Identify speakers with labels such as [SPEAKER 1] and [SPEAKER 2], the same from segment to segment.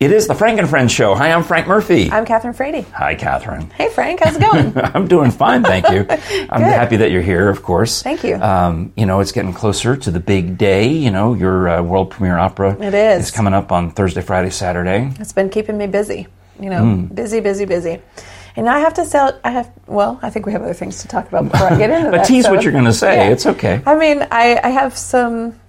[SPEAKER 1] It is the Frank and Friends show. Hi, I'm Frank Murphy.
[SPEAKER 2] I'm Catherine Frady.
[SPEAKER 1] Hi, Catherine.
[SPEAKER 2] Hey, Frank, how's it going?
[SPEAKER 1] I'm doing fine, thank you. I'm
[SPEAKER 2] Good.
[SPEAKER 1] happy that you're here, of course.
[SPEAKER 2] Thank you.
[SPEAKER 1] Um, you know, it's getting closer to the big day. You know, your uh, world premiere opera
[SPEAKER 2] It is. Oh,
[SPEAKER 1] is coming up on Thursday, Friday, Saturday.
[SPEAKER 2] it's been keeping me busy, you know,
[SPEAKER 1] Hmm.
[SPEAKER 2] busy, busy, busy. And I have to sell, I have, well, I think we have other things to talk about before I get into
[SPEAKER 1] But
[SPEAKER 2] that.
[SPEAKER 1] tease
[SPEAKER 2] so-
[SPEAKER 1] what you're going to say.
[SPEAKER 2] Yeah.
[SPEAKER 1] It's okay.
[SPEAKER 2] I mean, I, I have some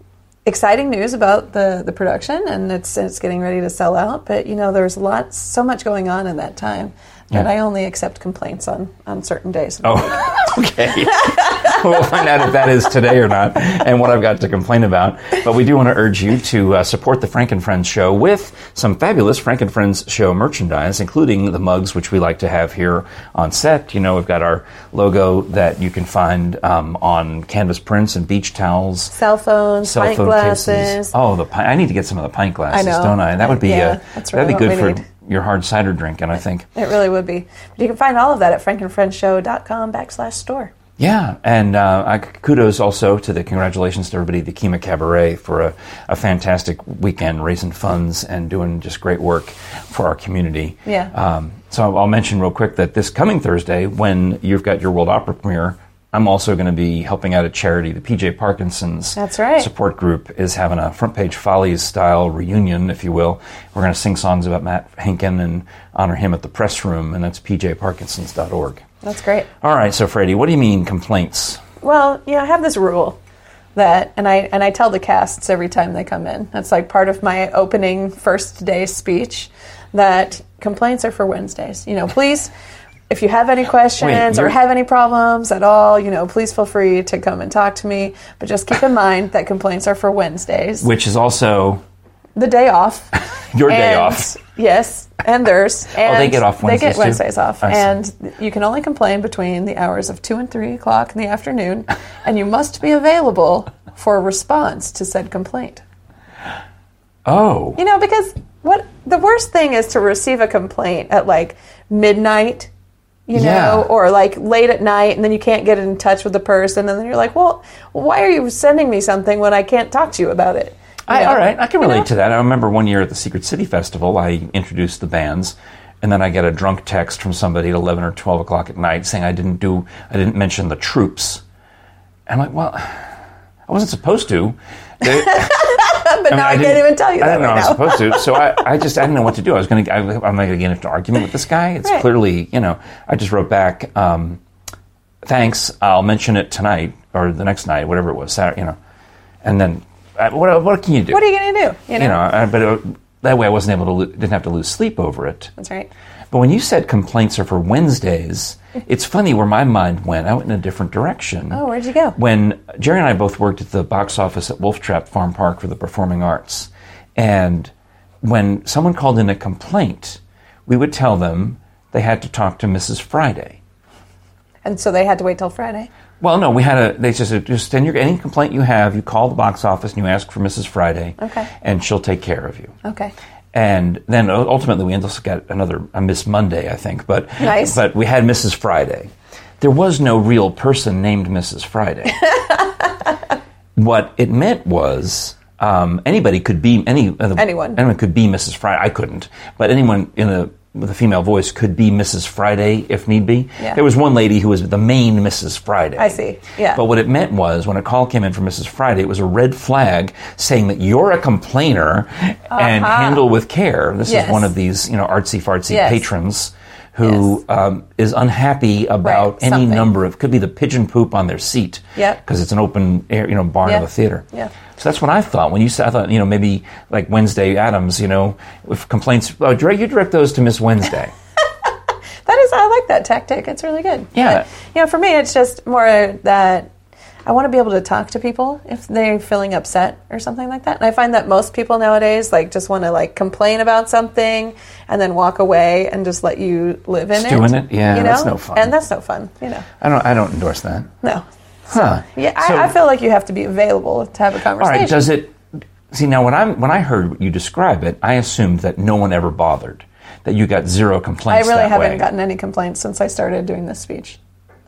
[SPEAKER 2] exciting news about the, the production, and it's it's getting ready to sell out. But you know, there's lots, so much going on in that time that
[SPEAKER 1] Yeah.
[SPEAKER 2] I only accept complaints on on certain days.
[SPEAKER 1] Oh, okay. we'll find out if that is today or not and what I've got to complain about. But we do want to urge you to uh, support the Frank and Friends show with some fabulous Frank and Friends show merchandise, including the mugs, which we like to have here on set. You know, we've got our logo that you can find um, on canvas prints and beach towels
[SPEAKER 2] Cell phones,
[SPEAKER 1] cell
[SPEAKER 2] pint
[SPEAKER 1] phone
[SPEAKER 2] glasses.
[SPEAKER 1] cases. Oh, the pi- I need to get some of the pint glasses,
[SPEAKER 2] know.
[SPEAKER 1] don't I? That would be
[SPEAKER 2] Yeah,
[SPEAKER 1] uh,
[SPEAKER 2] that's
[SPEAKER 1] that'd be
[SPEAKER 2] really
[SPEAKER 1] good
[SPEAKER 2] what
[SPEAKER 1] for
[SPEAKER 2] we need.
[SPEAKER 1] your hard cider drinking, I think.
[SPEAKER 2] It really would be. But you can find all of that at frankandfriendshow.com backslash store.
[SPEAKER 1] Yeah, and uh, I- kudos also to the congratulations to everybody at the Kima Cabaret for a, a fantastic weekend raising funds and doing just great work for our community.
[SPEAKER 2] Yeah.
[SPEAKER 1] Um, so I'll- I'll mention real quick that this coming Thursday, when you've got your World Opera premiere, I'm also going to be helping out a charity, the PJ Parkinson's
[SPEAKER 2] That's right.
[SPEAKER 1] support group is having a front page follies style reunion, if you will. We're going to sing songs about Matt Hankin and honor him at the press room, and that's pjparkinsons.org.
[SPEAKER 2] That's great.
[SPEAKER 1] All right, so Freddie, what do you mean complaints?
[SPEAKER 2] Well, yeah, I have this rule that, and I and I tell the casts every time they come in. That's like part of my opening first day speech. That complaints are for Wednesdays. You know, please, if you have any questions or
[SPEAKER 1] you're-
[SPEAKER 2] have any problems at all, you know, please feel free to come and talk to me. But just keep in mind that complaints are for Wednesdays,
[SPEAKER 1] Which is also
[SPEAKER 2] the day off.
[SPEAKER 1] your day
[SPEAKER 2] And-
[SPEAKER 1] off. Oh,
[SPEAKER 2] Yes, and theirs. And
[SPEAKER 1] get off
[SPEAKER 2] They
[SPEAKER 1] Wednesdays,
[SPEAKER 2] get
[SPEAKER 1] too?
[SPEAKER 2] Wednesdays off,
[SPEAKER 1] I see.
[SPEAKER 2] and you can only complain between the hours of two and three o'clock in the afternoon, and you must be available for a response to said complaint.
[SPEAKER 1] Oh,
[SPEAKER 2] You know, because what the worst thing is to receive a complaint at like midnight. You know,
[SPEAKER 1] Yeah.
[SPEAKER 2] or like late at night, and then you can't get in touch with the person, and then you're like, "Well, why are you sending me something when I can't talk to you about it?" You
[SPEAKER 1] I,
[SPEAKER 2] know?
[SPEAKER 1] all right, I can relate to that. I remember one year at the Secret City Festival, I introduced the bands, and then I got a drunk text from somebody at eleven or twelve o'clock at night saying I didn't do, I didn't mention the troops. And I'm like, well, I wasn't supposed to. They-
[SPEAKER 2] But now I, can't
[SPEAKER 1] didn't-
[SPEAKER 2] even tell you
[SPEAKER 1] I
[SPEAKER 2] that
[SPEAKER 1] didn't know
[SPEAKER 2] right
[SPEAKER 1] I was
[SPEAKER 2] now.
[SPEAKER 1] supposed to. So I, I just I didn't know what to do. I was going to. I'm not going to get into an argument with this guy. It's
[SPEAKER 2] Right.
[SPEAKER 1] clearly you know. I just wrote back. Um, Thanks. I'll mention it tonight or the next night, whatever it was. Saturday, you know. And then I, what what can you do?
[SPEAKER 2] What are you going to do?
[SPEAKER 1] you know? I, but uh that way I wasn't able to lo- didn't have to lose sleep over it.
[SPEAKER 2] That's right.
[SPEAKER 1] But when you said complaints are for Wednesdays, it's funny where my mind went. I went in a different direction.
[SPEAKER 2] Oh, where'd you go?
[SPEAKER 1] When Jerry and I both worked at the box office at Wolf Trap Farm Park for the performing arts, and when someone called in a complaint, we would tell them they had to talk to Mrs. Friday.
[SPEAKER 2] And so they had to wait till Friday.
[SPEAKER 1] Well, no, we had a. They just said, just send your any complaint you have. You call the box office and you ask for Mrs. Friday,
[SPEAKER 2] Okay.
[SPEAKER 1] and she'll take care of you.
[SPEAKER 2] Okay.
[SPEAKER 1] and then u- ultimately we ended up got another a Miss Monday, I think. But
[SPEAKER 2] Nice.
[SPEAKER 1] but we had Mrs. Friday. There was no real person named Mrs. Friday. what it meant was um, anybody could be any of the-
[SPEAKER 2] Anyone.
[SPEAKER 1] Anyone could be Mrs. Friday. I couldn't, but anyone in a with a female voice could be Mrs. Friday if need be.
[SPEAKER 2] Yeah.
[SPEAKER 1] There was one lady who was the main Mrs. Friday.
[SPEAKER 2] I see. Yeah.
[SPEAKER 1] But what it meant was when a call came in from Mrs. Friday, it was a red flag saying that you're a complainer and handle with care. This
[SPEAKER 2] Uh-huh. Yes.
[SPEAKER 1] is one of these, you know, artsy fartsy
[SPEAKER 2] Yes.
[SPEAKER 1] patrons who um, is unhappy about
[SPEAKER 2] Right,
[SPEAKER 1] any
[SPEAKER 2] something.
[SPEAKER 1] number of could be the pigeon poop on their seat.
[SPEAKER 2] Yep.
[SPEAKER 1] Because it's an open air, you know, barn of a
[SPEAKER 2] Yeah.
[SPEAKER 1] theater.
[SPEAKER 2] Yeah.
[SPEAKER 1] So that's what I thought when you said. I thought you know maybe like Wednesday Adams, you know, with complaints. Oh, direct you direct those to Miss Wednesday.
[SPEAKER 2] That is, I like that tactic. It's really good.
[SPEAKER 1] Yeah.
[SPEAKER 2] But, you know, for me, it's just more that I want to be able to talk to people if they're feeling upset or something like that. And I find that most people nowadays, like, just want to, like, complain about something and then walk away and just let you live in
[SPEAKER 1] Stew
[SPEAKER 2] it.
[SPEAKER 1] in it? Yeah,
[SPEAKER 2] you know?
[SPEAKER 1] that's no fun.
[SPEAKER 2] And that's no fun, you know.
[SPEAKER 1] I don't. I don't endorse that.
[SPEAKER 2] No.
[SPEAKER 1] Huh.
[SPEAKER 2] Yeah,
[SPEAKER 1] So-
[SPEAKER 2] I, I feel like you have to be available to have a
[SPEAKER 1] All
[SPEAKER 2] conversation.
[SPEAKER 1] right. Does it? See now, when I when I heard you describe it, I assumed that no one ever bothered, that you got zero
[SPEAKER 2] I
[SPEAKER 1] complaints.
[SPEAKER 2] really
[SPEAKER 1] that
[SPEAKER 2] haven't
[SPEAKER 1] way.
[SPEAKER 2] gotten any complaints since I started doing this speech.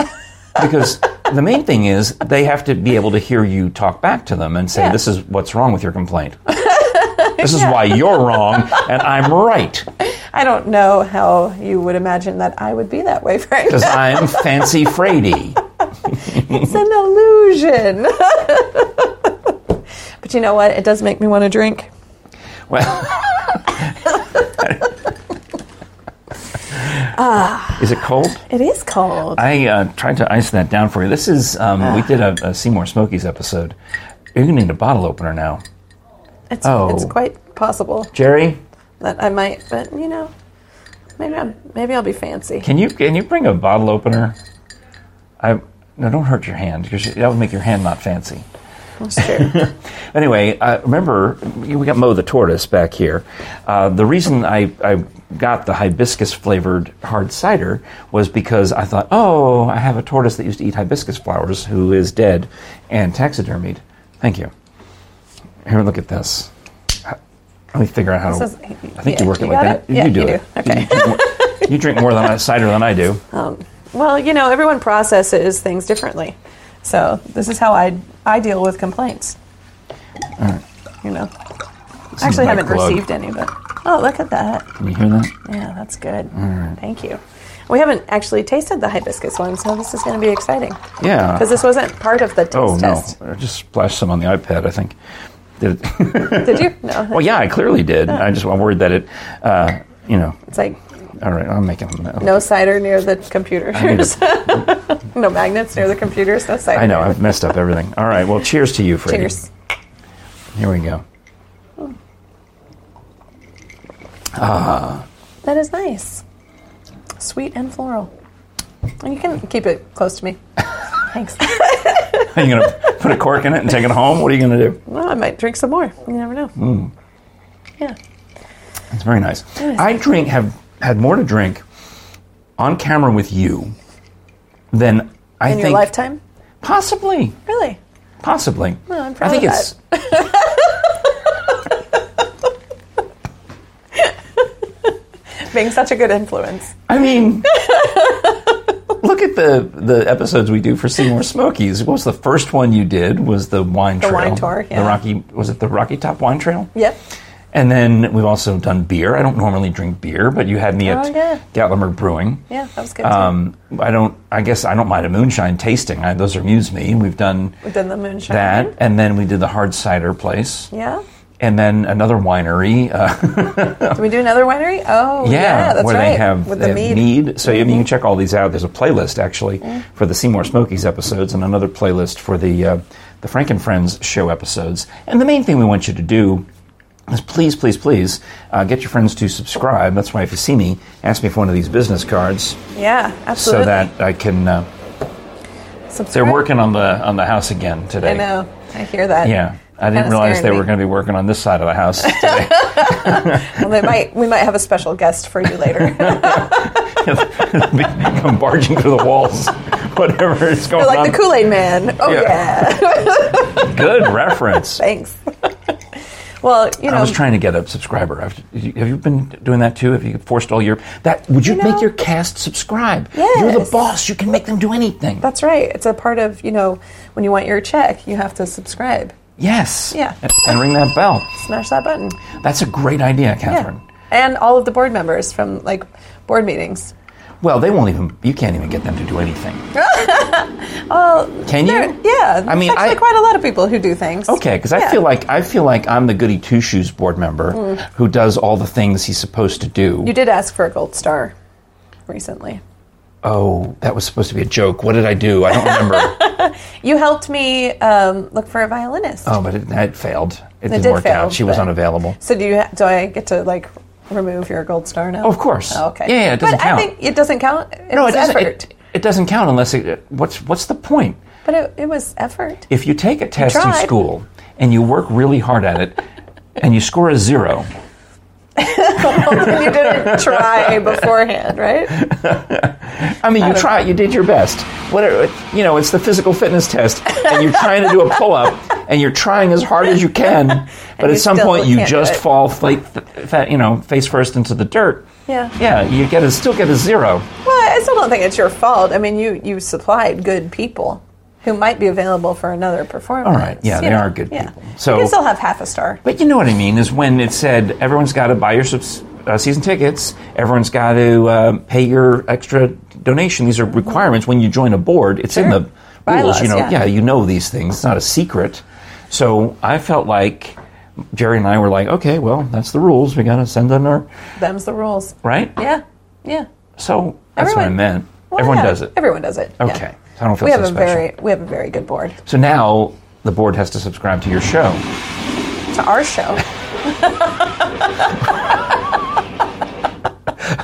[SPEAKER 1] because the main thing is they have to be able to hear you talk back to them and say
[SPEAKER 2] Yeah.
[SPEAKER 1] this is what's wrong with your complaint. This is why you're wrong and I'm right.
[SPEAKER 2] I don't know how you would imagine that I would be that way, Frank.
[SPEAKER 1] Because I'm fancy Frady.
[SPEAKER 2] It's an illusion. but you know what? It does make me want to drink.
[SPEAKER 1] Well. is it cold?
[SPEAKER 2] It is cold.
[SPEAKER 1] I uh, tried to ice that down for you. This is, um, we did a, a Seymour Smokies episode. You're going to need a bottle opener now.
[SPEAKER 2] It's,
[SPEAKER 1] Oh.
[SPEAKER 2] it's quite possible
[SPEAKER 1] Jerry,
[SPEAKER 2] that I might, but you know, maybe I'm, maybe I'll be fancy.
[SPEAKER 1] can you can you bring a bottle opener? I no, don't hurt your hand. Your- That would make your hand not fancy.
[SPEAKER 2] That's true.
[SPEAKER 1] Anyway, uh, remember we got Mo the tortoise back here. Uh, the reason I, I got the hibiscus flavored hard cider was because I thought, oh, I have a tortoise that used to eat hibiscus flowers who is dead and taxidermied. Thank you. Here, look at this. Let me figure out how to.
[SPEAKER 2] This is-
[SPEAKER 1] I think
[SPEAKER 2] yeah,
[SPEAKER 1] you work it
[SPEAKER 2] you
[SPEAKER 1] like
[SPEAKER 2] got
[SPEAKER 1] that.
[SPEAKER 2] it? Yeah,
[SPEAKER 1] you do
[SPEAKER 2] you
[SPEAKER 1] it.
[SPEAKER 2] do. Okay.
[SPEAKER 1] You drink more, you drink more than I, cider than I do.
[SPEAKER 2] well, you know, everyone processes things differently. So this is how I, I deal with complaints. You know,
[SPEAKER 1] This is
[SPEAKER 2] I actually
[SPEAKER 1] my
[SPEAKER 2] haven't
[SPEAKER 1] plug.
[SPEAKER 2] received any, but oh, look at that.
[SPEAKER 1] You hear that?
[SPEAKER 2] Yeah, that's good. Thank you. We haven't actually tasted the hibiscus one, so this is going to be exciting.
[SPEAKER 1] Yeah.
[SPEAKER 2] Because this wasn't part of the taste
[SPEAKER 1] Oh no!
[SPEAKER 2] test.
[SPEAKER 1] I just splashed some on the iPad. I think. Did it?
[SPEAKER 2] Did you? No.
[SPEAKER 1] Well, yeah, I clearly did. I just I'm worried that it, uh, you know.
[SPEAKER 2] It's like
[SPEAKER 1] All right, I'm making. No.
[SPEAKER 2] no cider near the computers. no magnets near the computers. No cider.
[SPEAKER 1] I know I've messed up everything. All right, well, cheers to you, Freddie.
[SPEAKER 2] Cheers.
[SPEAKER 1] Here we go.
[SPEAKER 2] That is nice. Sweet and floral. And you can keep it close to me. Thanks.
[SPEAKER 1] Are you gonna put a cork in it and take it home? What are you gonna do?
[SPEAKER 2] well, I might drink some more. You never know.
[SPEAKER 1] Hmm.
[SPEAKER 2] Yeah.
[SPEAKER 1] It's very nice. I drink have had more to drink on camera with you than I
[SPEAKER 2] In
[SPEAKER 1] think
[SPEAKER 2] your lifetime?
[SPEAKER 1] possibly
[SPEAKER 2] Really?
[SPEAKER 1] possibly.
[SPEAKER 2] Well, I'm proud
[SPEAKER 1] I think
[SPEAKER 2] of
[SPEAKER 1] it's.
[SPEAKER 2] Being such a good influence.
[SPEAKER 1] I mean, look at the the episodes we do for Seymour Smokies. What was the first one you did? Was the wine trail?
[SPEAKER 2] wine tour, yeah.
[SPEAKER 1] The Rocky was it the Rocky Top Wine Trail?
[SPEAKER 2] Yep.
[SPEAKER 1] And then we've also done beer. I don't normally drink beer, but you had me at
[SPEAKER 2] Oh, yeah.
[SPEAKER 1] Gatlinburg Brewing.
[SPEAKER 2] Yeah, that was good. Too.
[SPEAKER 1] Um, I don't. I guess I don't mind a moonshine tasting. I, those amuse me. We've done
[SPEAKER 2] We've done the moonshine.
[SPEAKER 1] that, and then we did the hard cider place,
[SPEAKER 2] Yeah.
[SPEAKER 1] and then another winery. Uh,
[SPEAKER 2] Did we do another winery? Oh, yeah, that's
[SPEAKER 1] where
[SPEAKER 2] right.
[SPEAKER 1] they have,
[SPEAKER 2] with
[SPEAKER 1] they
[SPEAKER 2] the Mm-hmm.
[SPEAKER 1] have
[SPEAKER 2] mead.
[SPEAKER 1] So I mean, you can check all these out. There's a playlist actually for the Seymour Smokies episodes, and another playlist for the uh, the Frank and Friends show episodes. And the main thing we want you to do is please, please, please uh, get your friends to subscribe. That's why if you see me, ask me for one of these business cards
[SPEAKER 2] Yeah, absolutely.
[SPEAKER 1] so that I can. Uh, they're
[SPEAKER 2] Subscribe.
[SPEAKER 1] working on the on the house again today.
[SPEAKER 2] I know. I hear that.
[SPEAKER 1] Yeah. I didn't
[SPEAKER 2] Kinda
[SPEAKER 1] realize
[SPEAKER 2] scared
[SPEAKER 1] they
[SPEAKER 2] me.
[SPEAKER 1] were going to be working on this side of the house today.
[SPEAKER 2] Well, they might. We might have a special guest for you later.
[SPEAKER 1] Come barging through the walls, whatever is going
[SPEAKER 2] They're like
[SPEAKER 1] on.
[SPEAKER 2] the Kool Aid Man. Oh
[SPEAKER 1] Yeah.
[SPEAKER 2] yeah.
[SPEAKER 1] Good reference.
[SPEAKER 2] Thanks. well, you know.
[SPEAKER 1] I was trying to get a subscriber. I've, have you been doing that too? Have you forced all your that? Would you,
[SPEAKER 2] You
[SPEAKER 1] make
[SPEAKER 2] know-
[SPEAKER 1] your cast subscribe?
[SPEAKER 2] Yes.
[SPEAKER 1] You're the boss. You can make them do anything.
[SPEAKER 2] that's right. It's a part of you know when you want your check, you have to subscribe.
[SPEAKER 1] yes.
[SPEAKER 2] Yeah.
[SPEAKER 1] And, and ring that bell.
[SPEAKER 2] Smash that button.
[SPEAKER 1] That's a great idea,
[SPEAKER 2] Yeah.
[SPEAKER 1] Catherine.
[SPEAKER 2] And all of the board members from like board meetings.
[SPEAKER 1] Well, they won't even. You can't even get them to do anything. can
[SPEAKER 2] There-
[SPEAKER 1] you?
[SPEAKER 2] yeah.
[SPEAKER 1] I mean,
[SPEAKER 2] there's actually
[SPEAKER 1] I-
[SPEAKER 2] quite a lot of people who do things.
[SPEAKER 1] Okay, because I
[SPEAKER 2] Yeah. Mm.
[SPEAKER 1] feel like I feel like I'm the goody two shoes board member who does all the things he's supposed to do.
[SPEAKER 2] You did ask for a gold star recently.
[SPEAKER 1] oh, that was supposed to be a joke. What did I do? I don't remember.
[SPEAKER 2] You helped me um, look for a violinist.
[SPEAKER 1] oh, but it, it failed. It, didn't
[SPEAKER 2] did
[SPEAKER 1] work
[SPEAKER 2] fail,
[SPEAKER 1] out. She was
[SPEAKER 2] but-
[SPEAKER 1] unavailable.
[SPEAKER 2] So do you? Ha- do I get to like remove your gold star now?
[SPEAKER 1] Of course.
[SPEAKER 2] Oh, okay.
[SPEAKER 1] Yeah, yeah, it doesn't
[SPEAKER 2] but
[SPEAKER 1] count.
[SPEAKER 2] I think it doesn't count. It
[SPEAKER 1] No,
[SPEAKER 2] was
[SPEAKER 1] it doesn't.
[SPEAKER 2] effort.
[SPEAKER 1] It, it doesn't count unless it. What's what's the point?
[SPEAKER 2] but it, it was effort.
[SPEAKER 1] If you take a test in
[SPEAKER 2] tried.
[SPEAKER 1] school and you work really hard at it, and you score a zero,
[SPEAKER 2] you didn't try beforehand, right?
[SPEAKER 1] I mean, you try. You did your best. Whatever. You know, it's the physical fitness test, and you're trying to do a pull up, and you're trying as hard as you can, but
[SPEAKER 2] you
[SPEAKER 1] at some
[SPEAKER 2] still
[SPEAKER 1] point you
[SPEAKER 2] can't do
[SPEAKER 1] just
[SPEAKER 2] it.
[SPEAKER 1] fall, fa- fa- you know, face first into the dirt.
[SPEAKER 2] Yeah.
[SPEAKER 1] Yeah. You get a, still get a zero.
[SPEAKER 2] Well, I still don't think it's your fault. I mean, you you supplied good people who might be available for another performance.
[SPEAKER 1] All right. Yeah,
[SPEAKER 2] you
[SPEAKER 1] they are good people. So-
[SPEAKER 2] you can still have half a star.
[SPEAKER 1] But you know what I mean is when it said everyone's got to buy your subs- uh, season tickets, everyone's got to uh, pay your extra donation. These are requirements when you join a board. It's in
[SPEAKER 2] Sure.
[SPEAKER 1] the rules.
[SPEAKER 2] Bylaws,
[SPEAKER 1] You know,
[SPEAKER 2] yeah.
[SPEAKER 1] yeah, you know these things. It's not a secret. So I felt like Jerry and I were like, okay, well, that's the rules. We got to send in our
[SPEAKER 2] Them's the rules.
[SPEAKER 1] right.
[SPEAKER 2] Yeah. Yeah.
[SPEAKER 1] So that's what I
[SPEAKER 2] Everyone-
[SPEAKER 1] meant.
[SPEAKER 2] Well,
[SPEAKER 1] everyone
[SPEAKER 2] yeah,
[SPEAKER 1] does it.
[SPEAKER 2] Everyone does it. yeah.
[SPEAKER 1] Okay. So I don't feel
[SPEAKER 2] we
[SPEAKER 1] so
[SPEAKER 2] have a
[SPEAKER 1] special.
[SPEAKER 2] very we have a very good board
[SPEAKER 1] so now the board has to subscribe to your show.
[SPEAKER 2] to our show.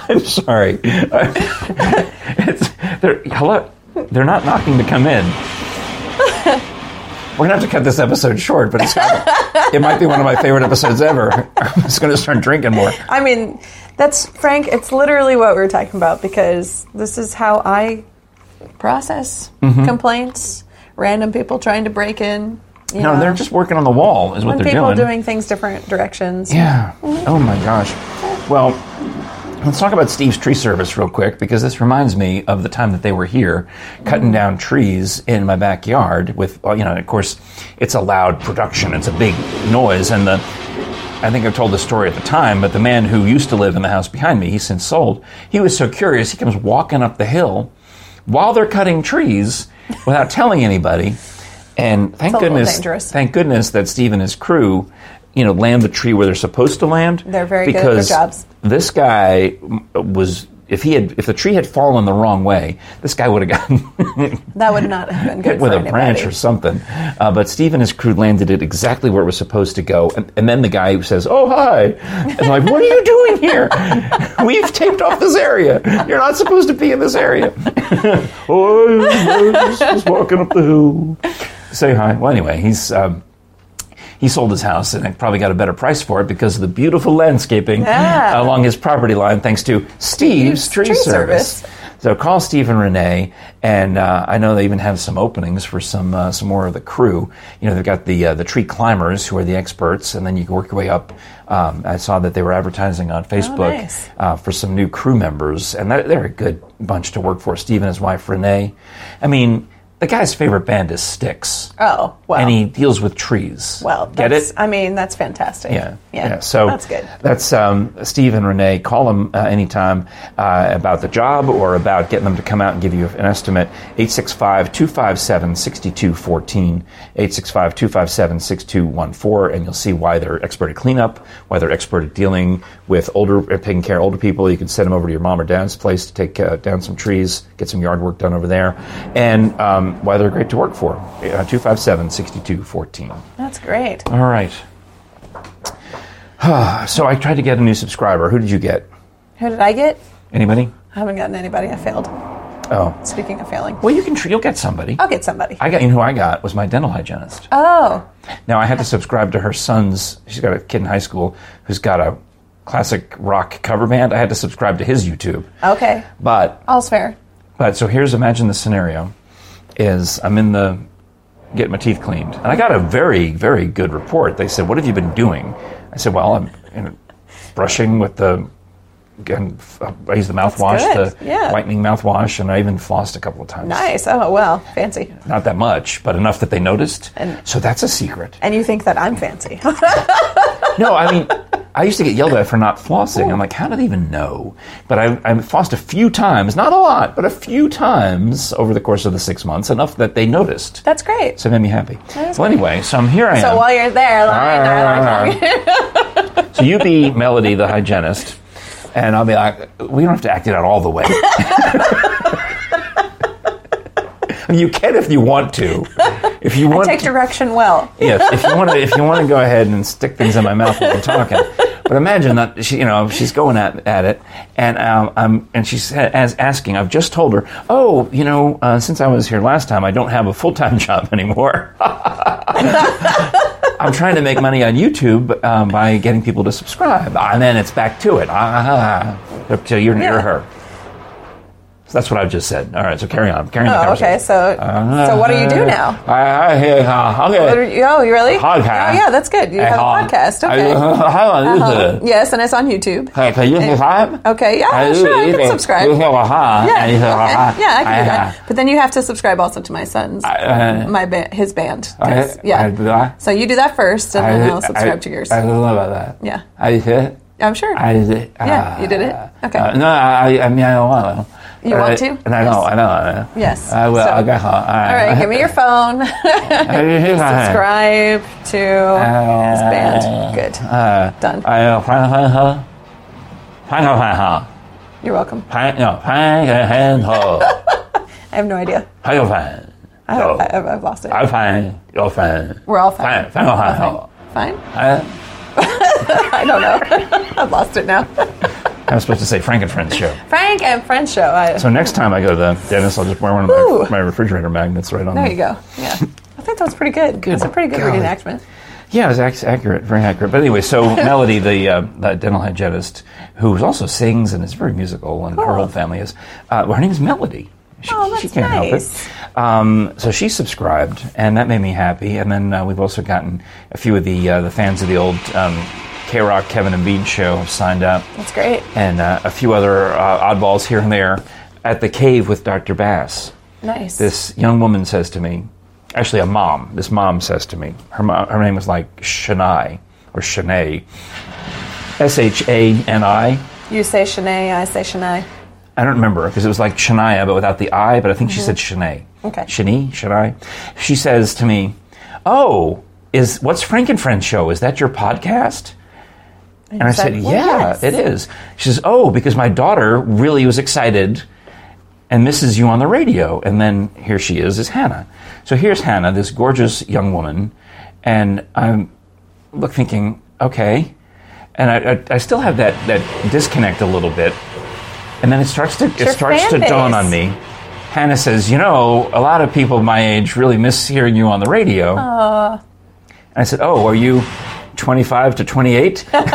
[SPEAKER 1] I'm sorry. it's, they're, hello. They're not knocking to come in. We're gonna have to cut this episode short, but it's it might be one of my favorite episodes ever. I'm just gonna start drinking more.
[SPEAKER 2] I mean, that's Frank. It's literally what we were talking about because this is how I process
[SPEAKER 1] Mm-hmm.
[SPEAKER 2] complaints. Random people trying to break in. You
[SPEAKER 1] No,
[SPEAKER 2] know,
[SPEAKER 1] they're just working on the wall, is what
[SPEAKER 2] when
[SPEAKER 1] they're
[SPEAKER 2] people
[SPEAKER 1] doing.
[SPEAKER 2] doing things different directions.
[SPEAKER 1] Yeah. Oh my gosh. Well, let's talk about Steve's tree service real quick because this reminds me of the time that they were here cutting down trees in my backyard with well, you know, of course, it's a loud production. It's a big noise and the I think I've told the story at the time, but the man who used to live in the house behind me, he's since sold. He was so curious, he comes walking up the hill while they're cutting trees without telling anybody. And thank
[SPEAKER 2] It's a little
[SPEAKER 1] goodness,
[SPEAKER 2] dangerous.
[SPEAKER 1] thank goodness that Steve and his crew, you know, land the tree where they're supposed to land.
[SPEAKER 2] They're very good at their
[SPEAKER 1] because
[SPEAKER 2] jobs.
[SPEAKER 1] This guy was, if he had, if the tree had fallen the wrong way, this guy would have gotten
[SPEAKER 2] That would not have been good
[SPEAKER 1] hit with
[SPEAKER 2] for
[SPEAKER 1] a branch
[SPEAKER 2] anybody.
[SPEAKER 1] or something. Uh, but Steve and his crew landed it exactly where it was supposed to go. And, and then the guy says, "Oh hi," and I'm like, "What are you doing here? We've taped off this area. You're not supposed to be in this area." oh, I was just walking up the hill. Say hi. Well, anyway, he's. Um, he sold his house and probably got a better price for it because of the beautiful landscaping
[SPEAKER 2] Yeah.
[SPEAKER 1] along his property line, thanks to Steve's Tree,
[SPEAKER 2] Tree
[SPEAKER 1] service.
[SPEAKER 2] Service.
[SPEAKER 1] So call Steve and Renee, and uh, I know they even have some openings for some uh, some more of the crew. You know, they've got the uh, the tree climbers who are the experts, and then you can work your way up. Um, I saw that they were advertising on Facebook
[SPEAKER 2] Oh, nice.
[SPEAKER 1] uh, for some new crew members, and that, they're a good bunch to work for. Steve and his wife Renee. I mean, the guy's favorite band is Styx,
[SPEAKER 2] Oh well.
[SPEAKER 1] and he deals with trees.
[SPEAKER 2] well,
[SPEAKER 1] get
[SPEAKER 2] that's,
[SPEAKER 1] it?
[SPEAKER 2] I mean, that's fantastic.
[SPEAKER 1] Yeah.
[SPEAKER 2] yeah.
[SPEAKER 1] So
[SPEAKER 2] that's good.
[SPEAKER 1] That's um, Steve and Renee. Call them uh, anytime uh, about the job or about getting them to come out and give you an estimate. 865 257 6214. 865 257 6214. And you'll see why they're expert at cleanup, why they're expert at dealing with older, uh, taking care of older people. You can send them over to your mom or dad's place to take uh, down some trees, get some yard work done over there, and um, why they're great to work for. 257 6214.
[SPEAKER 2] That's great.
[SPEAKER 1] All right. so I tried to get a new subscriber. Who did you get?
[SPEAKER 2] Who did I get?
[SPEAKER 1] Anybody?
[SPEAKER 2] I haven't gotten anybody. I failed.
[SPEAKER 1] Oh.
[SPEAKER 2] Speaking of failing,
[SPEAKER 1] Well, you can. Tr- you'll get somebody.
[SPEAKER 2] I'll get somebody.
[SPEAKER 1] I got you. Know who I got was my dental hygienist.
[SPEAKER 2] oh,
[SPEAKER 1] Now I had to subscribe to her son's. She's got a kid in high school who's got a classic rock cover band. I had to subscribe to his YouTube.
[SPEAKER 2] okay.
[SPEAKER 1] But
[SPEAKER 2] All's fair.
[SPEAKER 1] But so here's imagine the scenario is I'm in the getting my teeth cleaned. And I got a very, very good report. They said, What have you been doing? I said, Well, I'm you know, brushing with the and f- I use the mouthwash,
[SPEAKER 2] good.
[SPEAKER 1] the
[SPEAKER 2] Yeah.
[SPEAKER 1] whitening mouthwash, and I even flossed a couple of times.
[SPEAKER 2] Nice. Oh well, fancy.
[SPEAKER 1] Not that much, but enough that they noticed.
[SPEAKER 2] And-
[SPEAKER 1] so that's a secret.
[SPEAKER 2] And you think that I'm fancy?
[SPEAKER 1] No, I mean, I used to get yelled at for not flossing. I'm like, how do they even know? But I, I flossed a few times, not a lot, but a few times over the course of the six months, enough that they noticed.
[SPEAKER 2] That's great.
[SPEAKER 1] So it made me happy.
[SPEAKER 2] That's
[SPEAKER 1] Well, anyway, so I'm here. I
[SPEAKER 2] So
[SPEAKER 1] am. Ah,
[SPEAKER 2] while you're there, like,
[SPEAKER 1] so you be Melody, the hygienist, and I'll be like, we don't have to act it out all the way. you can if you want to. If you want
[SPEAKER 2] take
[SPEAKER 1] to-
[SPEAKER 2] direction well.
[SPEAKER 1] yes, if you want to, if you want to go ahead and stick things in my mouth while I'm talking. But imagine that she, you know, she's going at, at it, and um, I'm, and she's a- as asking. I've just told her, oh, you know, uh, since I was here last time, I don't have a full time job anymore. I'm trying to make money on YouTube um, by getting people to subscribe, and then it's back to it. Ah, up to you're near
[SPEAKER 2] Yeah.
[SPEAKER 1] her. that's what I've just said. All right, so carry on. Carry on. the
[SPEAKER 2] Oh, okay.
[SPEAKER 1] conversation.
[SPEAKER 2] So, so what do you do now?
[SPEAKER 1] I, I, uh, okay.
[SPEAKER 2] What are you- oh, you really?
[SPEAKER 1] Podcast.
[SPEAKER 2] Oh, yeah, that's good. You
[SPEAKER 1] I
[SPEAKER 2] have a
[SPEAKER 1] have-
[SPEAKER 2] podcast.
[SPEAKER 1] I-
[SPEAKER 2] Okay.
[SPEAKER 1] how is
[SPEAKER 2] Uh-huh.
[SPEAKER 1] it?
[SPEAKER 2] Yes, and it's on YouTube.
[SPEAKER 1] Hey, can you subscribe?
[SPEAKER 2] Okay, yeah,
[SPEAKER 1] Hey,
[SPEAKER 2] sure, I
[SPEAKER 1] you
[SPEAKER 2] can subscribe.
[SPEAKER 1] You have a hi.
[SPEAKER 2] Yeah,
[SPEAKER 1] You have a hi.
[SPEAKER 2] okay. yeah, I can do
[SPEAKER 1] Uh,
[SPEAKER 2] that. But then you have to subscribe also to my son's,
[SPEAKER 1] I-
[SPEAKER 2] my ba- his band.
[SPEAKER 1] I-
[SPEAKER 2] does. yeah.
[SPEAKER 1] I- do I?
[SPEAKER 2] so you do that first, and then
[SPEAKER 1] I-
[SPEAKER 2] I'll subscribe to yours.
[SPEAKER 1] I love that.
[SPEAKER 2] Yeah.
[SPEAKER 1] I did.
[SPEAKER 2] I'm sure.
[SPEAKER 1] I did.
[SPEAKER 2] Yeah, you did it? Okay.
[SPEAKER 1] Uh, no, I, I mean I don't want to.
[SPEAKER 2] You
[SPEAKER 1] I,
[SPEAKER 2] want to?
[SPEAKER 1] And I know. I know. I know.
[SPEAKER 2] Yes.
[SPEAKER 1] I will.
[SPEAKER 2] So-
[SPEAKER 1] I'll get home. All right.
[SPEAKER 2] All right, give me your phone.
[SPEAKER 1] Uh-huh.
[SPEAKER 2] subscribe to his band. Good.
[SPEAKER 1] Uh,
[SPEAKER 2] Done.
[SPEAKER 1] I will find find her. Find her. Find her.
[SPEAKER 2] You're welcome.
[SPEAKER 1] Find no. Find her. Find her.
[SPEAKER 2] I have no idea.
[SPEAKER 1] How you find?
[SPEAKER 2] I,
[SPEAKER 1] No.
[SPEAKER 2] I, I've, I've lost it.
[SPEAKER 1] I find. You'll find.
[SPEAKER 2] We're all fine.
[SPEAKER 1] Find. Find her. Find her.
[SPEAKER 2] Fine.
[SPEAKER 1] I-
[SPEAKER 2] I don't know. I've lost it now.
[SPEAKER 1] I'm supposed to say Frankenfriend's show.
[SPEAKER 2] Frank and Friend Show. I,
[SPEAKER 1] So next time I go to the dentist, I'll just wear one of
[SPEAKER 2] Ooh.
[SPEAKER 1] my, my refrigerator magnets right on.
[SPEAKER 2] there
[SPEAKER 1] the-
[SPEAKER 2] you go. Yeah. I think that was pretty good. It was a pretty good
[SPEAKER 1] golly.
[SPEAKER 2] reenactment.
[SPEAKER 1] Yeah, it was ac- accurate, very accurate. But anyway, so Melody, the, uh, the dental hygienist, who also sings and is very musical, and her
[SPEAKER 2] Cool.
[SPEAKER 1] whole family is, uh, well, her name's Melody. She,
[SPEAKER 2] Oh, that's
[SPEAKER 1] she can't
[SPEAKER 2] nice.
[SPEAKER 1] help it. Um, so she subscribed, and that made me happy. And then uh, we've also gotten a few of the uh, the fans of the old um, K Rock Kevin and Bean show have signed up
[SPEAKER 2] That's great.
[SPEAKER 1] and uh, a few other uh, oddballs here and there at the cave with Dr. Bass.
[SPEAKER 2] Nice.
[SPEAKER 1] This young woman says to me, actually, a mom, this mom says to me, her, mo- her name was like Shani or Shanae, S H A N I.
[SPEAKER 2] You say Shanae, I say Shanae.
[SPEAKER 1] I don't remember because it was like Shania, but without the I. But I think she said Shanae.
[SPEAKER 2] Okay.
[SPEAKER 1] Shani, Shani. She says to me, "Oh, is what's Frank and Friends show? Is that your podcast?" And, I
[SPEAKER 2] you said,
[SPEAKER 1] said,
[SPEAKER 2] "Well,
[SPEAKER 1] "Yeah,
[SPEAKER 2] yes."
[SPEAKER 1] it is." She says, "Oh, because my daughter really was excited and misses you on the radio." And then here she is, is Hannah. So here's Hannah, this gorgeous young woman, and I'm look thinking, okay. And I, I, I still have that, that disconnect a little bit. And then it starts to it
[SPEAKER 2] your
[SPEAKER 1] starts to
[SPEAKER 2] fan
[SPEAKER 1] dawn
[SPEAKER 2] base.
[SPEAKER 1] on me. Hannah says, you know, a lot of people my age really miss hearing you on the radio. And I said, oh, are you 25 to 28? Of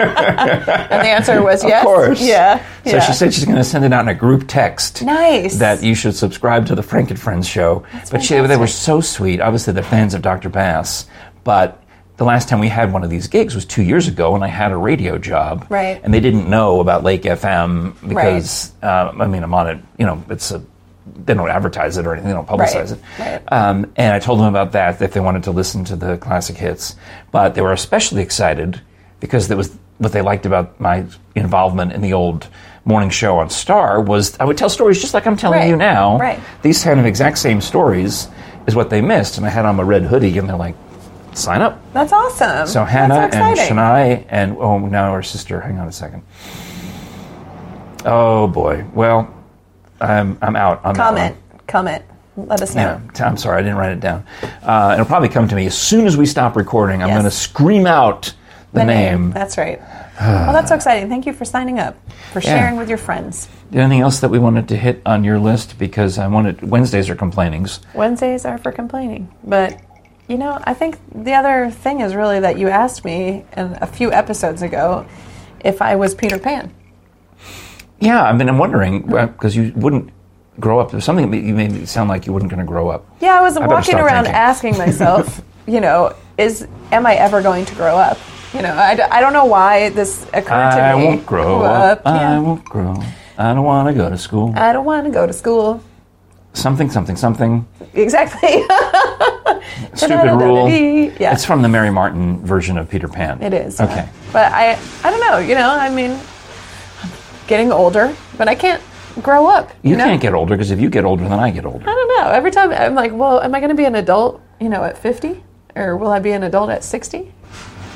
[SPEAKER 2] And the answer was yes.
[SPEAKER 1] course.
[SPEAKER 2] Yeah.
[SPEAKER 1] So
[SPEAKER 2] yeah.
[SPEAKER 1] she said she's going to send it out in a group text.
[SPEAKER 2] Nice.
[SPEAKER 1] That you should subscribe to the Frank and Friends show. but she, they were
[SPEAKER 2] fantastic.
[SPEAKER 1] so sweet. Obviously, they're fans of Dr. Bass, but the last time we had one of these gigs was two years ago, and I had a radio job.
[SPEAKER 2] Right.
[SPEAKER 1] And they didn't know about Lake FM because, uh, I mean, I'm on it, you know, it's a, they don't advertise it or anything, they don't publicize it.
[SPEAKER 2] Right.
[SPEAKER 1] Um, and I told them about that, that they wanted to listen to the classic hits. But they were especially excited because that was what they liked about my involvement in the old morning show on Star was I would tell stories just like I'm telling
[SPEAKER 2] Right.
[SPEAKER 1] you now.
[SPEAKER 2] Right.
[SPEAKER 1] These kind of exact same stories is what they missed. And I had on my red hoodie and they're like, sign up.
[SPEAKER 2] That's awesome.
[SPEAKER 1] So Hannah
[SPEAKER 2] That's so
[SPEAKER 1] and
[SPEAKER 2] exciting.
[SPEAKER 1] Shania and oh now her sister. Hang on a second. Oh boy. Well, I'm I'm out. on that
[SPEAKER 2] Comment.
[SPEAKER 1] one.
[SPEAKER 2] Comment. Let us know.
[SPEAKER 1] Yeah, t- I'm sorry, I didn't write it down. Uh, it'll probably come to me as soon as we stop recording. I'm
[SPEAKER 2] Yes.
[SPEAKER 1] going to scream out the,
[SPEAKER 2] The
[SPEAKER 1] name.
[SPEAKER 2] That's right. well, that's so exciting. Thank you for signing up, for
[SPEAKER 1] Yeah.
[SPEAKER 2] sharing with your friends.
[SPEAKER 1] Anything else that we wanted to hit on your list? Because I wanted Wednesdays are complainings.
[SPEAKER 2] Wednesdays are for complaining. But, you know, I think the other thing is really that you asked me in a few episodes ago if I was Peter Pan.
[SPEAKER 1] Yeah, I mean, I'm wondering because you wouldn't grow up. There's something that you made it sound like you weren't going to grow up.
[SPEAKER 2] Yeah, I was
[SPEAKER 1] better
[SPEAKER 2] walking
[SPEAKER 1] stop
[SPEAKER 2] around
[SPEAKER 1] drinking.
[SPEAKER 2] asking myself, you know, is am I ever going to grow up? You know, I, d- I don't know why this occurred to
[SPEAKER 1] I
[SPEAKER 2] me.
[SPEAKER 1] won't grow up. I
[SPEAKER 2] yeah.
[SPEAKER 1] won't grow. up. I don't want to go to school.
[SPEAKER 2] I don't want to go to school.
[SPEAKER 1] something, something, something.
[SPEAKER 2] Exactly.
[SPEAKER 1] Stupid rule.
[SPEAKER 2] Yeah.
[SPEAKER 1] It's from the Mary Martin version of Peter Pan.
[SPEAKER 2] It is. yeah.
[SPEAKER 1] Okay.
[SPEAKER 2] But I I don't know, you know, I mean I'm getting older, but I can't grow up.
[SPEAKER 1] You,
[SPEAKER 2] You, know?
[SPEAKER 1] can't get older because if you get older, then I get older.
[SPEAKER 2] I don't know. Every time I'm like, well, am I gonna be an adult, you know, at fifty? Or will I be an adult at sixty?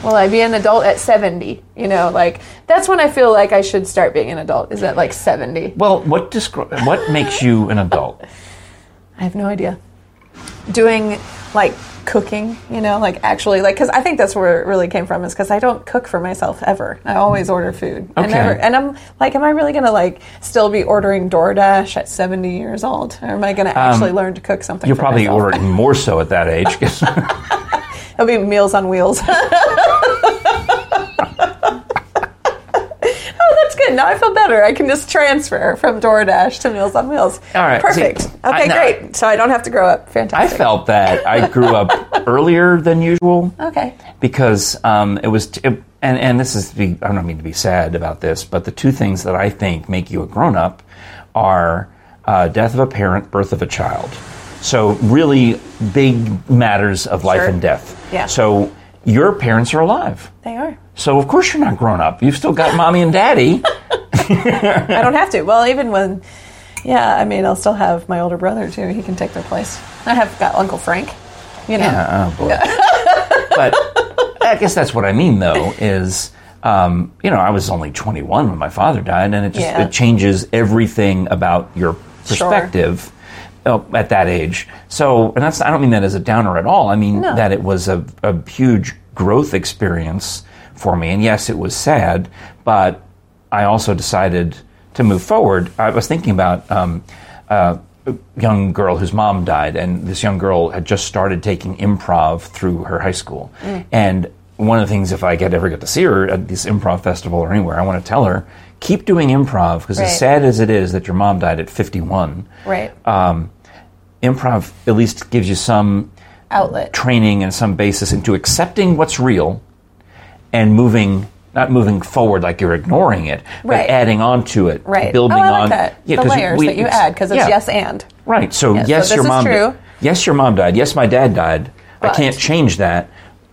[SPEAKER 2] Will I be an adult at seventy? You know, like that's when I feel like I should start being an adult, is at like seventy.
[SPEAKER 1] Well, what descri- what makes you an adult?
[SPEAKER 2] I have no idea. Doing like cooking, you know, like actually, like because I think that's where it really came from is because I don't cook for myself ever. I always order food. I
[SPEAKER 1] Okay.
[SPEAKER 2] never, and I'm like, am I really gonna like still be ordering DoorDash at 70 years old, or am I gonna actually learn to cook something?
[SPEAKER 1] You're
[SPEAKER 2] for
[SPEAKER 1] Um, probably
[SPEAKER 2] myself?
[SPEAKER 1] or even more so at that age. 'cause-
[SPEAKER 2] It'll be Meals on Wheels. oh, that's good. Now I feel better. I can just transfer from DoorDash to Meals on Wheels.
[SPEAKER 1] All right,
[SPEAKER 2] Perfect.
[SPEAKER 1] see, I-
[SPEAKER 2] okay,
[SPEAKER 1] no,
[SPEAKER 2] great. so I don't have to grow up.
[SPEAKER 1] I
[SPEAKER 2] Fantastic.
[SPEAKER 1] felt that I grew up earlier than usual.
[SPEAKER 2] okay.
[SPEAKER 1] because um, it was t- it, and and this is the, I don't mean to be sad about this, but the two things that I think make you a grown up are uh, death of a parent, birth of a child. So really big matters of life
[SPEAKER 2] Sure.
[SPEAKER 1] and death.
[SPEAKER 2] Yeah.
[SPEAKER 1] So your parents are alive.
[SPEAKER 2] They are.
[SPEAKER 1] So of course you're not grown up. You've still got mommy and daddy.
[SPEAKER 2] I don't have to. Well, even when, yeah, I mean, I'll still have my older brother too. He can take their place. I have got Uncle Frank. You know,
[SPEAKER 1] Uh, oh boy. but I guess that's what I mean, though, is um, you know I was only 21 when my father died, and it just
[SPEAKER 2] Yeah.
[SPEAKER 1] it changes everything about your
[SPEAKER 2] Sure.
[SPEAKER 1] perspective. uh, At that age, so and that's I don't mean that as a downer at all. I mean
[SPEAKER 2] No.
[SPEAKER 1] that it was a, a huge growth experience for me, and yes, it was sad, but I also decided to move forward. I was thinking about um, uh, a young girl whose mom died, and this young girl had just started taking improv through her high school.
[SPEAKER 2] Mm.
[SPEAKER 1] And one of the things, if I get, ever get to see her at this improv festival or anywhere, I want to tell her keep doing improv because
[SPEAKER 2] Right.
[SPEAKER 1] as sad as it is that your mom died at 51,
[SPEAKER 2] right?
[SPEAKER 1] Uh, improv at least gives you some
[SPEAKER 2] Outlet.
[SPEAKER 1] training and some basis into accepting what's real and moving not moving forward like you're ignoring it
[SPEAKER 2] Right.
[SPEAKER 1] but adding on to it
[SPEAKER 2] Right.
[SPEAKER 1] building
[SPEAKER 2] oh, I like
[SPEAKER 1] on
[SPEAKER 2] that.
[SPEAKER 1] Yeah,
[SPEAKER 2] the
[SPEAKER 1] 'cause
[SPEAKER 2] layers
[SPEAKER 1] we-
[SPEAKER 2] that you
[SPEAKER 1] it's-
[SPEAKER 2] add because it's
[SPEAKER 1] yeah.
[SPEAKER 2] yes and.
[SPEAKER 1] right so
[SPEAKER 2] so
[SPEAKER 1] yes
[SPEAKER 2] this
[SPEAKER 1] your
[SPEAKER 2] is
[SPEAKER 1] mom
[SPEAKER 2] true.
[SPEAKER 1] Did, yes your mom died yes my dad died
[SPEAKER 2] But-
[SPEAKER 1] i can't change that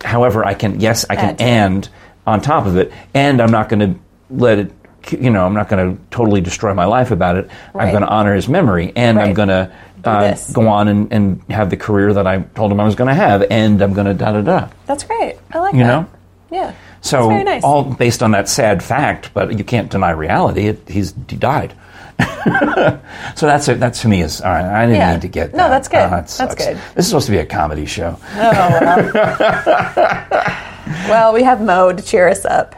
[SPEAKER 1] however i can yes i can
[SPEAKER 2] Add to it.
[SPEAKER 1] and on top of it and i'm not going to let it you know i'm not going to totally destroy my life about it
[SPEAKER 2] Right.
[SPEAKER 1] i'm going to honor his memory and i'm
[SPEAKER 2] Right.
[SPEAKER 1] going to uh,
[SPEAKER 2] this.
[SPEAKER 1] go on and, and have the career that i told him i was going to have and i'm going to da da da
[SPEAKER 2] That's great. I like
[SPEAKER 1] You
[SPEAKER 2] that.
[SPEAKER 1] know?
[SPEAKER 2] Yeah.
[SPEAKER 1] so
[SPEAKER 2] That's very nice.
[SPEAKER 1] all based on that sad fact, but you can't deny reality. It, he's he died. so that's it. That to me is all right. I didn't
[SPEAKER 2] Yeah.
[SPEAKER 1] need to get.
[SPEAKER 2] No,
[SPEAKER 1] that.
[SPEAKER 2] that's good.
[SPEAKER 1] Ah, that
[SPEAKER 2] That's
[SPEAKER 1] sucks.
[SPEAKER 2] good.
[SPEAKER 1] This is supposed to be a comedy show.
[SPEAKER 2] Oh, well. Oh, well, we have Mo to cheer us up.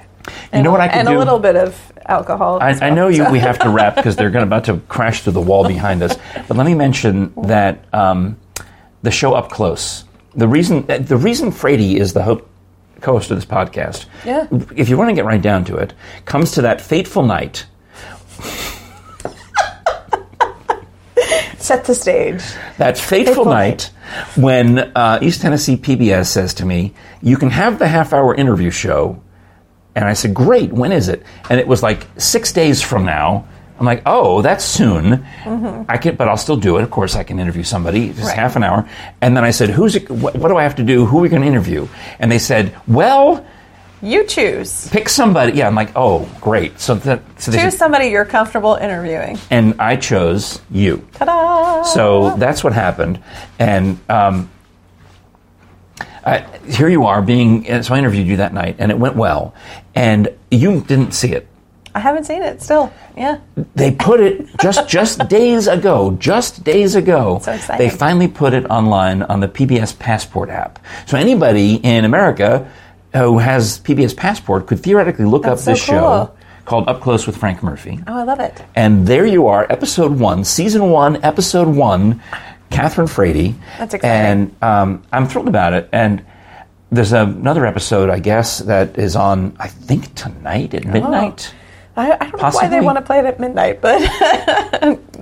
[SPEAKER 1] You know what I can
[SPEAKER 2] and
[SPEAKER 1] do?
[SPEAKER 2] a little bit of alcohol. as
[SPEAKER 1] I, I
[SPEAKER 2] well,
[SPEAKER 1] know you.
[SPEAKER 2] so-
[SPEAKER 1] We have to wrap because they're going about to crash through the wall behind us. But let me mention that um, the show up close. The reason the reason Frady is the ho- co-host of this podcast.
[SPEAKER 2] Yeah.
[SPEAKER 1] If you want to get right down to it, comes to that fateful night.
[SPEAKER 2] set the stage.
[SPEAKER 1] That fateful,
[SPEAKER 2] Fateful
[SPEAKER 1] night when uh, East Tennessee PBS says to me, You can have the half hour interview show. And I said, Great, when is it? And it was like six days from now. I'm like, Oh, that's soon. I can, but I'll still do it. Of course, I can interview somebody, just
[SPEAKER 2] Right.
[SPEAKER 1] half an hour. And then I said, Who's it, what, what do I have to do? Who are we going to interview? And they said, Well,
[SPEAKER 2] You choose.
[SPEAKER 1] pick somebody. Yeah, I'm like, Oh, great. So, that, so they
[SPEAKER 2] Choose
[SPEAKER 1] said-
[SPEAKER 2] somebody you're comfortable interviewing.
[SPEAKER 1] and I chose you.
[SPEAKER 2] Ta-da!
[SPEAKER 1] So that's what happened, and um, I, here you are being. and So I interviewed you that night, and it went well, and you didn't see it.
[SPEAKER 2] I haven't seen it still. Yeah. Oh,
[SPEAKER 1] They put it just just days ago, just days ago.
[SPEAKER 2] So exciting.
[SPEAKER 1] they finally put it online on the PBS Passport app. So anybody in America who has PBS Passport could theoretically look
[SPEAKER 2] That's
[SPEAKER 1] up
[SPEAKER 2] so
[SPEAKER 1] this show
[SPEAKER 2] cool.
[SPEAKER 1] called Up Close with Frank Murphy.
[SPEAKER 2] Oh, I love it.
[SPEAKER 1] And there you are, episode one, season one, episode one, Catherine Frady.
[SPEAKER 2] That's exciting.
[SPEAKER 1] And um, I'm thrilled about it. And there's another episode, I guess, that is on, I think, tonight
[SPEAKER 2] Oh.
[SPEAKER 1] at midnight.
[SPEAKER 2] I, I don't know why
[SPEAKER 1] Possibly.
[SPEAKER 2] they want to play it at midnight, but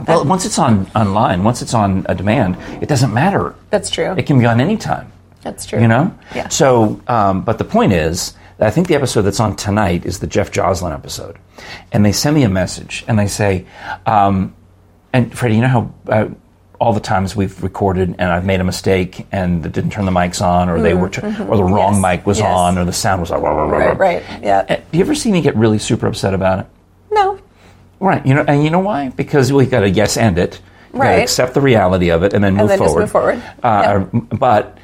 [SPEAKER 1] Well, once it's on online, once it's on a demand, it doesn't matter.
[SPEAKER 2] that's true.
[SPEAKER 1] It can be on any time,
[SPEAKER 2] That's true.
[SPEAKER 1] you know?
[SPEAKER 2] Yeah.
[SPEAKER 1] So, um, but the point is, I think the episode that's on tonight is the Jeff Joslin episode. And they send me a message and they say, um, And Freddie, you know how uh, all the times we've recorded and I've made a mistake and it didn't turn the mics on, or they were, tr- or the wrong
[SPEAKER 2] Mm-hmm. Yes.
[SPEAKER 1] mic was
[SPEAKER 2] Yes.
[SPEAKER 1] on, or the sound was like, rah, rah, rah,
[SPEAKER 2] Right,
[SPEAKER 1] rah.
[SPEAKER 2] right. Yeah.
[SPEAKER 1] Uh, Do you ever see me get really super upset about it?
[SPEAKER 2] No.
[SPEAKER 1] Right. You know, and you know why? Because we got to yes and it. You gotta
[SPEAKER 2] Right.
[SPEAKER 1] Accept the reality of it and then move
[SPEAKER 2] then just
[SPEAKER 1] forward.
[SPEAKER 2] move forward.
[SPEAKER 1] Uh, or- But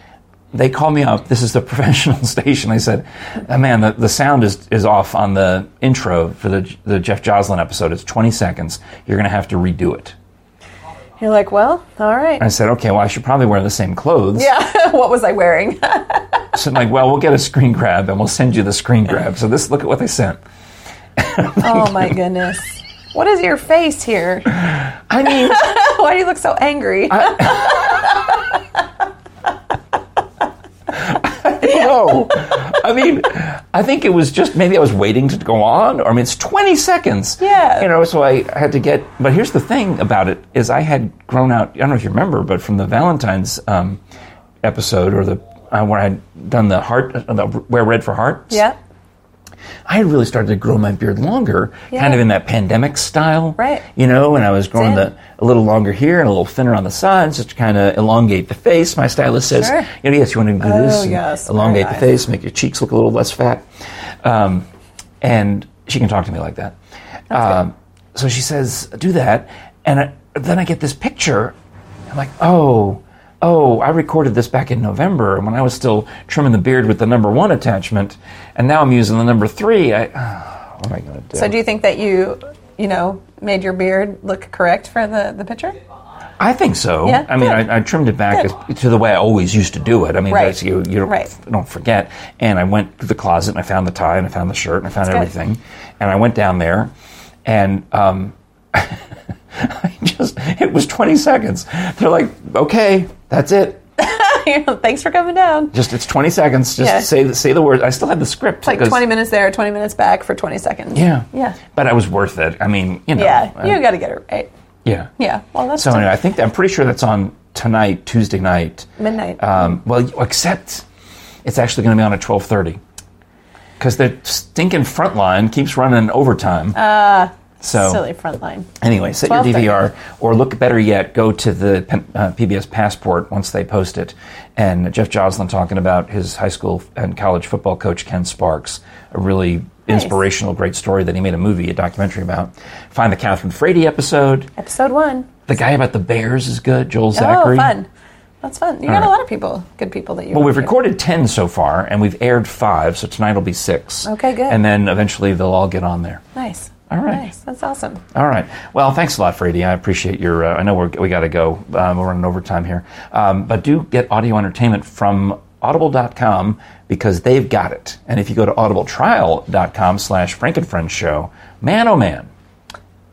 [SPEAKER 1] they called me up. This is the professional station. They said, "Uh, "Man, the, the sound is, is off on the intro for the the Jeff Joslin episode. It's 20 seconds. You're going to have to redo it."
[SPEAKER 2] You're like, well, all right.
[SPEAKER 1] I said, "Okay, well, I should probably wear the same clothes."
[SPEAKER 2] Yeah. what was I wearing?
[SPEAKER 1] So I'm like, well, we'll get a screen grab and we'll send you the screen grab. So this, look at what they sent.
[SPEAKER 2] oh my goodness. What is your face here?
[SPEAKER 1] I mean,
[SPEAKER 2] Why do you look so angry?
[SPEAKER 1] no, I mean, I think it was just maybe I was waiting to go on, or I mean, it's 20 seconds.
[SPEAKER 2] Yeah.
[SPEAKER 1] You know, so I had to get. But here's the thing about it is I had grown out. I don't know if you remember, but from the Valentine's um, episode or the uh, where I had done the heart, uh, the wear red for hearts.
[SPEAKER 2] Yeah.
[SPEAKER 1] I had really started to grow my beard longer, kind of in that pandemic style.
[SPEAKER 2] Right.
[SPEAKER 1] You know, and I was growing
[SPEAKER 2] in.
[SPEAKER 1] the, a little longer here and a little thinner on the sides just to kind of elongate the face. My stylist says,
[SPEAKER 2] Sure. Oh,
[SPEAKER 1] you know, yes, you want to do this, and
[SPEAKER 2] yes, very
[SPEAKER 1] elongate the
[SPEAKER 2] nice.
[SPEAKER 1] face, make your cheeks look a little less fat. Um, and she can talk to me like that. Um, so she says, do that. And I, then I get this picture. I'm like, oh, oh, I recorded this back in November when I was still trimming the beard with the number one attachment. And now I'm using the number three. I, oh, what am I going to do?
[SPEAKER 2] So do you think that you, you know, made your beard look correct for the, the picture?
[SPEAKER 1] I think so.
[SPEAKER 2] Yeah?
[SPEAKER 1] I mean,
[SPEAKER 2] Good.
[SPEAKER 1] I, I trimmed it back as, to the way I always used to do it. I mean,
[SPEAKER 2] Right.
[SPEAKER 1] that's, you, you don't,
[SPEAKER 2] Right.
[SPEAKER 1] don't forget. And I went to the closet and I found the tie and I found the shirt and I found
[SPEAKER 2] That's good.
[SPEAKER 1] everything. And I went down there and um, I just, it was 20 seconds. They're like, okay, that's it.
[SPEAKER 2] Thanks for coming down.
[SPEAKER 1] Just, it's 20 seconds. Just
[SPEAKER 2] Yeah.
[SPEAKER 1] say, the- say the words. I still had the script.
[SPEAKER 2] Like
[SPEAKER 1] 'cause-
[SPEAKER 2] 20 minutes there, 20 minutes back for 20 seconds.
[SPEAKER 1] Yeah.
[SPEAKER 2] Yeah.
[SPEAKER 1] But I was worth it. I mean, you know.
[SPEAKER 2] Yeah.
[SPEAKER 1] uh,
[SPEAKER 2] you got to get it right.
[SPEAKER 1] yeah.
[SPEAKER 2] Yeah. Well, that's
[SPEAKER 1] So anyway, I think, I'm pretty sure that's on tonight, Tuesday night.
[SPEAKER 2] midnight.
[SPEAKER 1] Um, well, you- except it's actually going to be on at twelve thirty because the stinking front line keeps running overtime. Uh, so
[SPEAKER 2] Silly front line.
[SPEAKER 1] anyway, set your
[SPEAKER 2] 12:30.
[SPEAKER 1] DVR, or look better yet, go to the pen- uh, PBS Passport once they post it. And Jeff Joslin talking about his high school and college football coach Ken Sparks, a really inspirational, great story that he made a movie, a documentary about. Find the Catherine Frady episode.
[SPEAKER 2] Episode one.
[SPEAKER 1] The guy about the bears is good. Joel Zachary.
[SPEAKER 2] Oh, fun. That's fun. You got
[SPEAKER 1] right.
[SPEAKER 2] a lot of people, good people that you.
[SPEAKER 1] Well, we've recorded 10 so far, and we've aired five, so tonight will be six.
[SPEAKER 2] Okay, good.
[SPEAKER 1] And then eventually they'll all get on there.
[SPEAKER 2] Nice.
[SPEAKER 1] All right.
[SPEAKER 2] Nice. That's awesome.
[SPEAKER 1] All right. Well, thanks a lot, Frady. I appreciate your. Uh, I know we're, we got to go. Um, we're running overtime here. Um, but do get audio entertainment from audible.com because they've got it. And if you go to audibletrial.com slash frankenfriend show, man, oh man.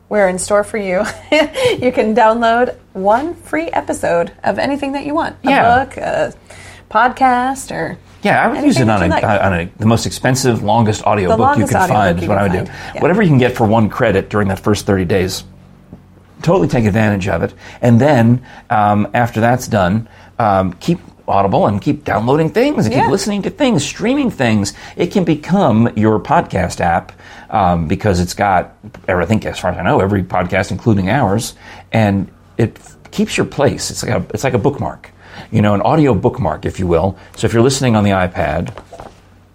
[SPEAKER 2] We're in store for you. you can download one free episode of anything that you want. A
[SPEAKER 1] Yeah.
[SPEAKER 2] book, a podcast, or
[SPEAKER 1] Yeah, I would use it
[SPEAKER 2] Anything
[SPEAKER 1] on
[SPEAKER 2] that
[SPEAKER 1] a,
[SPEAKER 2] you like.
[SPEAKER 1] on a the most expensive, longest audiobook you
[SPEAKER 2] longest
[SPEAKER 1] can
[SPEAKER 2] audiobook
[SPEAKER 1] find
[SPEAKER 2] you
[SPEAKER 1] is what
[SPEAKER 2] can
[SPEAKER 1] I would do.
[SPEAKER 2] find, yeah.
[SPEAKER 1] Whatever you can get for one credit during that first 30 days, totally take advantage of it. And then um, after that's done, um, keep Audible and keep downloading things and
[SPEAKER 2] Yeah.
[SPEAKER 1] keep listening to things, streaming things. It can become your podcast app um, because it's got, I think, as far as I know, every podcast, including ours, and it f- keeps your place. It's like a, it's like a bookmark, you know, an audio bookmark, if you will. So if you're listening on the iPad,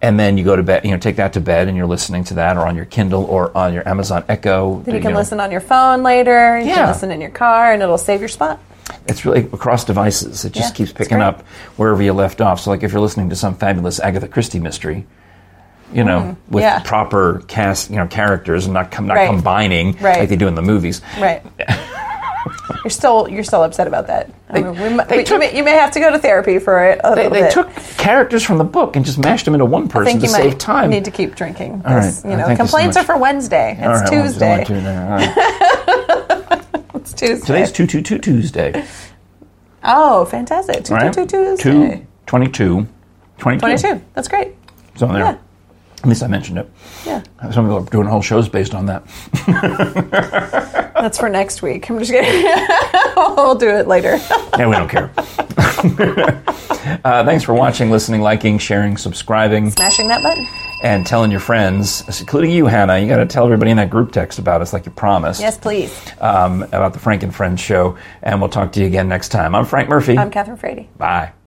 [SPEAKER 1] and then you go to bed, you know, take that to bed, and you're listening to that, or on your Kindle, or on your Amazon Echo.
[SPEAKER 2] you
[SPEAKER 1] know.
[SPEAKER 2] can listen on your phone later. You
[SPEAKER 1] Yeah.
[SPEAKER 2] can listen in your car, and it'll save your spot.
[SPEAKER 1] It's really across devices. It just
[SPEAKER 2] Yeah,
[SPEAKER 1] keeps
[SPEAKER 2] it's
[SPEAKER 1] picking
[SPEAKER 2] great.
[SPEAKER 1] up wherever you left off. So, like if you're listening to some fabulous Agatha Christie mystery, you know, with
[SPEAKER 2] Mm-hmm. yeah.
[SPEAKER 1] proper cast, you know, characters and not com- not
[SPEAKER 2] Right.
[SPEAKER 1] combining
[SPEAKER 2] Right.
[SPEAKER 1] like they do in the movies.
[SPEAKER 2] Right. you're still you're still upset about that. I mean, we, mu-
[SPEAKER 1] they
[SPEAKER 2] we-
[SPEAKER 1] took-
[SPEAKER 2] you, may, you may have to go to therapy for it. A
[SPEAKER 1] They,
[SPEAKER 2] little
[SPEAKER 1] they
[SPEAKER 2] bit.
[SPEAKER 1] took characters from the book and just mashed them into one
[SPEAKER 2] I
[SPEAKER 1] person
[SPEAKER 2] think
[SPEAKER 1] to
[SPEAKER 2] you might
[SPEAKER 1] save time.
[SPEAKER 2] need to keep drinking.
[SPEAKER 1] right.
[SPEAKER 2] This,
[SPEAKER 1] Uh,
[SPEAKER 2] You know,
[SPEAKER 1] thank you so
[SPEAKER 2] complaints
[SPEAKER 1] much.
[SPEAKER 2] are for Wednesday. It's
[SPEAKER 1] All right, well, it's only
[SPEAKER 2] Tuesday.
[SPEAKER 1] Tuesday. All right.
[SPEAKER 2] it's Tuesday.
[SPEAKER 1] Today's two two two Tuesday.
[SPEAKER 2] oh, fantastic! Two,
[SPEAKER 1] All right.
[SPEAKER 2] two, two, Tuesday.
[SPEAKER 1] Two, 22, 22.
[SPEAKER 2] 22. That's great.
[SPEAKER 1] It's on there.
[SPEAKER 2] Yeah.
[SPEAKER 1] At least I mentioned it.
[SPEAKER 2] Yeah.
[SPEAKER 1] Some people are doing whole shows based on that.
[SPEAKER 2] That's for next week. I'm just kidding. we'll do it later.
[SPEAKER 1] Yeah, we don't care. uh, thanks for watching, listening, liking, sharing, subscribing,
[SPEAKER 2] Smashing that button.
[SPEAKER 1] and telling your friends, including you, Hannah. You got to tell everybody in that group text about us, like you promised,
[SPEAKER 2] Yes, please.
[SPEAKER 1] um, about the Frank and Friends show. And we'll talk to you again next time. I'm Frank Murphy.
[SPEAKER 2] I'm Catherine Frady.
[SPEAKER 1] Bye.